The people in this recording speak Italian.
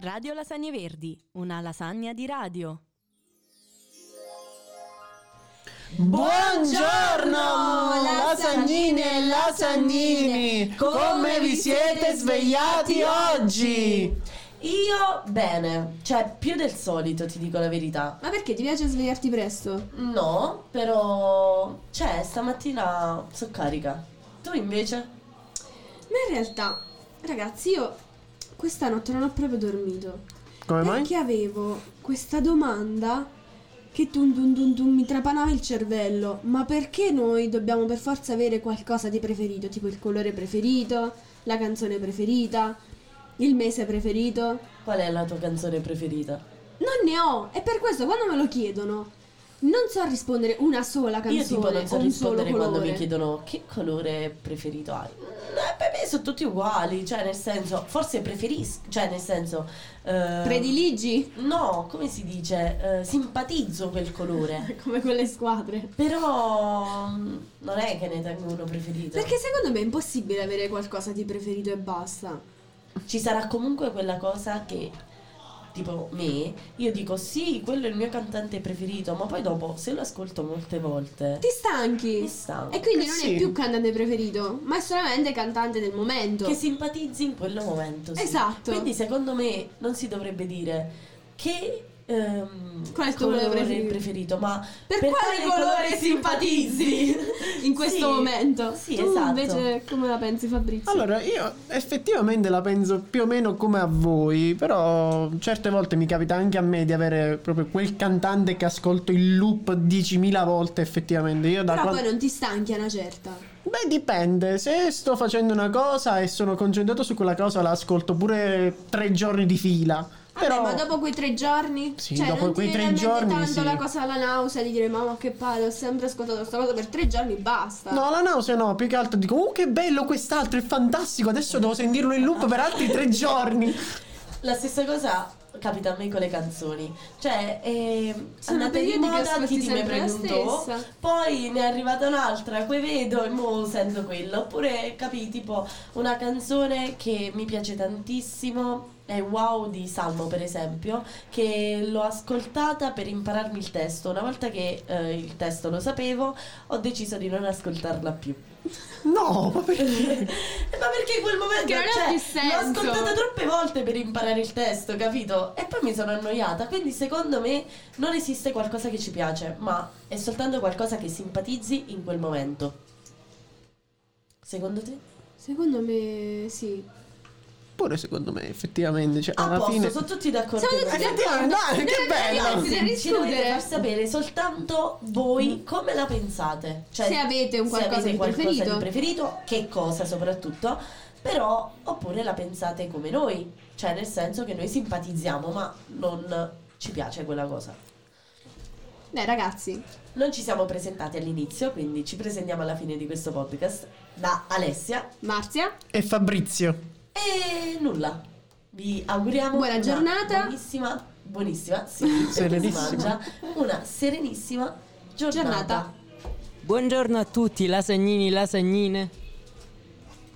Radio Lasagne Verdi, una lasagna di radio. Buongiorno lasagnine e lasagnini, come vi siete svegliati oggi? Io bene, cioè più del solito ti dico la verità. Ma perché ti piace svegliarti presto? No, però cioè stamattina sono carica. Tu invece? Ma in realtà, ragazzi, io questa notte non ho proprio dormito. Come mai? perché avevo questa domanda che dun dun dun dun mi trapanava il cervello. Ma perché noi dobbiamo per forza avere qualcosa di preferito? Tipo il colore preferito, la canzone preferita, il mese preferito? Qual è la tua canzone preferita? Non ne ho! E per questo quando me lo chiedono... Non so rispondere una sola canzone. Io tipo non so o un solo rispondere quando colore. mi chiedono che colore preferito hai. Eh, per me sono tutti uguali, cioè nel senso, forse preferisco, cioè nel senso... eh, Prediligi? No, come si dice? Eh, simpatizzo quel colore. Come quelle squadre. Però mm, non è che ne tengo uno preferito. Perché secondo me è impossibile avere qualcosa di preferito e basta. ci sarà comunque quella cosa che tipo me io dico sì quello è il mio cantante preferito ma poi dopo se lo ascolto molte volte Ti stanchi. mi stanco E quindi Eh non sì. è più cantante preferito, ma è solamente cantante del momento. che simpatizzi in quel momento sì. Esatto. quindi secondo me non si dovrebbe dire che ehm, Qual è il tuo colore preferito? ma Per quale colore simpatizzi in questo Sì. momento. sì tu esatto invece come la pensi Fabrizio? Allora, io effettivamente la penso più o meno come a voi, però certe volte mi capita anche a me di avere proprio quel cantante che ascolto in loop 10.000 volte effettivamente. Io da Però quando- poi non ti stanchi a una certa. Beh, dipende. Se sto facendo una cosa e sono concentrato su quella cosa, la ascolto pure tre giorni di fila. Vabbè, Però ma dopo quei tre giorni? Sì, cioè, dopo non ti quei viene tre a mente giorni, tanto sì. la cosa alla nausea di dire mamma che palle, ho sempre ascoltato questa cosa per tre giorni, basta. No, la nausea no, più che altro dico, oh che bello quest'altro, è fantastico, adesso devo sentirlo in loop per altri tre giorni. La stessa cosa capita a me con le canzoni. Cioè, ehm, Sono andate di periodi che moda, ascolti Titi mi sempre la preguntò, stessa. poi ne è arrivata un'altra, poi vedo e mo sento quello. Oppure, capì, tipo, una canzone che mi piace tantissimo è Wow di Salmo, per esempio, che l'ho ascoltata per impararmi il testo. Una volta che eh, il testo lo sapevo, ho deciso di non ascoltarla più. No, ma perché? Eh, Ma perché in quel momento Perché non ha cioè, più senso. l'ho ascoltata troppe volte per imparare il testo, capito? E poi mi sono annoiata. Quindi, secondo me, non esiste qualcosa che ci piace, ma è soltanto qualcosa che simpatizzi in quel momento. Secondo te? Secondo me sì. Pure secondo me, effettivamente, cioè, A alla posto, fine... sono tutti d'accordo. Siamo con tutti me. Effettivamente, dai, che bello! Anzi, da Ci dovete discutere. far sapere soltanto voi come la pensate. Cioè, Mm. Se avete un se qualcosa avete di qualcosa preferito. di preferito, che cosa soprattutto, però oppure la pensate come noi, cioè nel senso che noi simpatizziamo ma non ci piace quella cosa. Beh, ragazzi, Non ci siamo presentati all'inizio, quindi ci presentiamo alla fine di questo podcast da Alessia Marzia, E Fabrizio. e nulla. Vi auguriamo Buona una giornata. Buonissima, buonissima, sì, Serenissima. serenissima. una serenissima giornata. Buongiorno a tutti, lasagnini, lasagnine.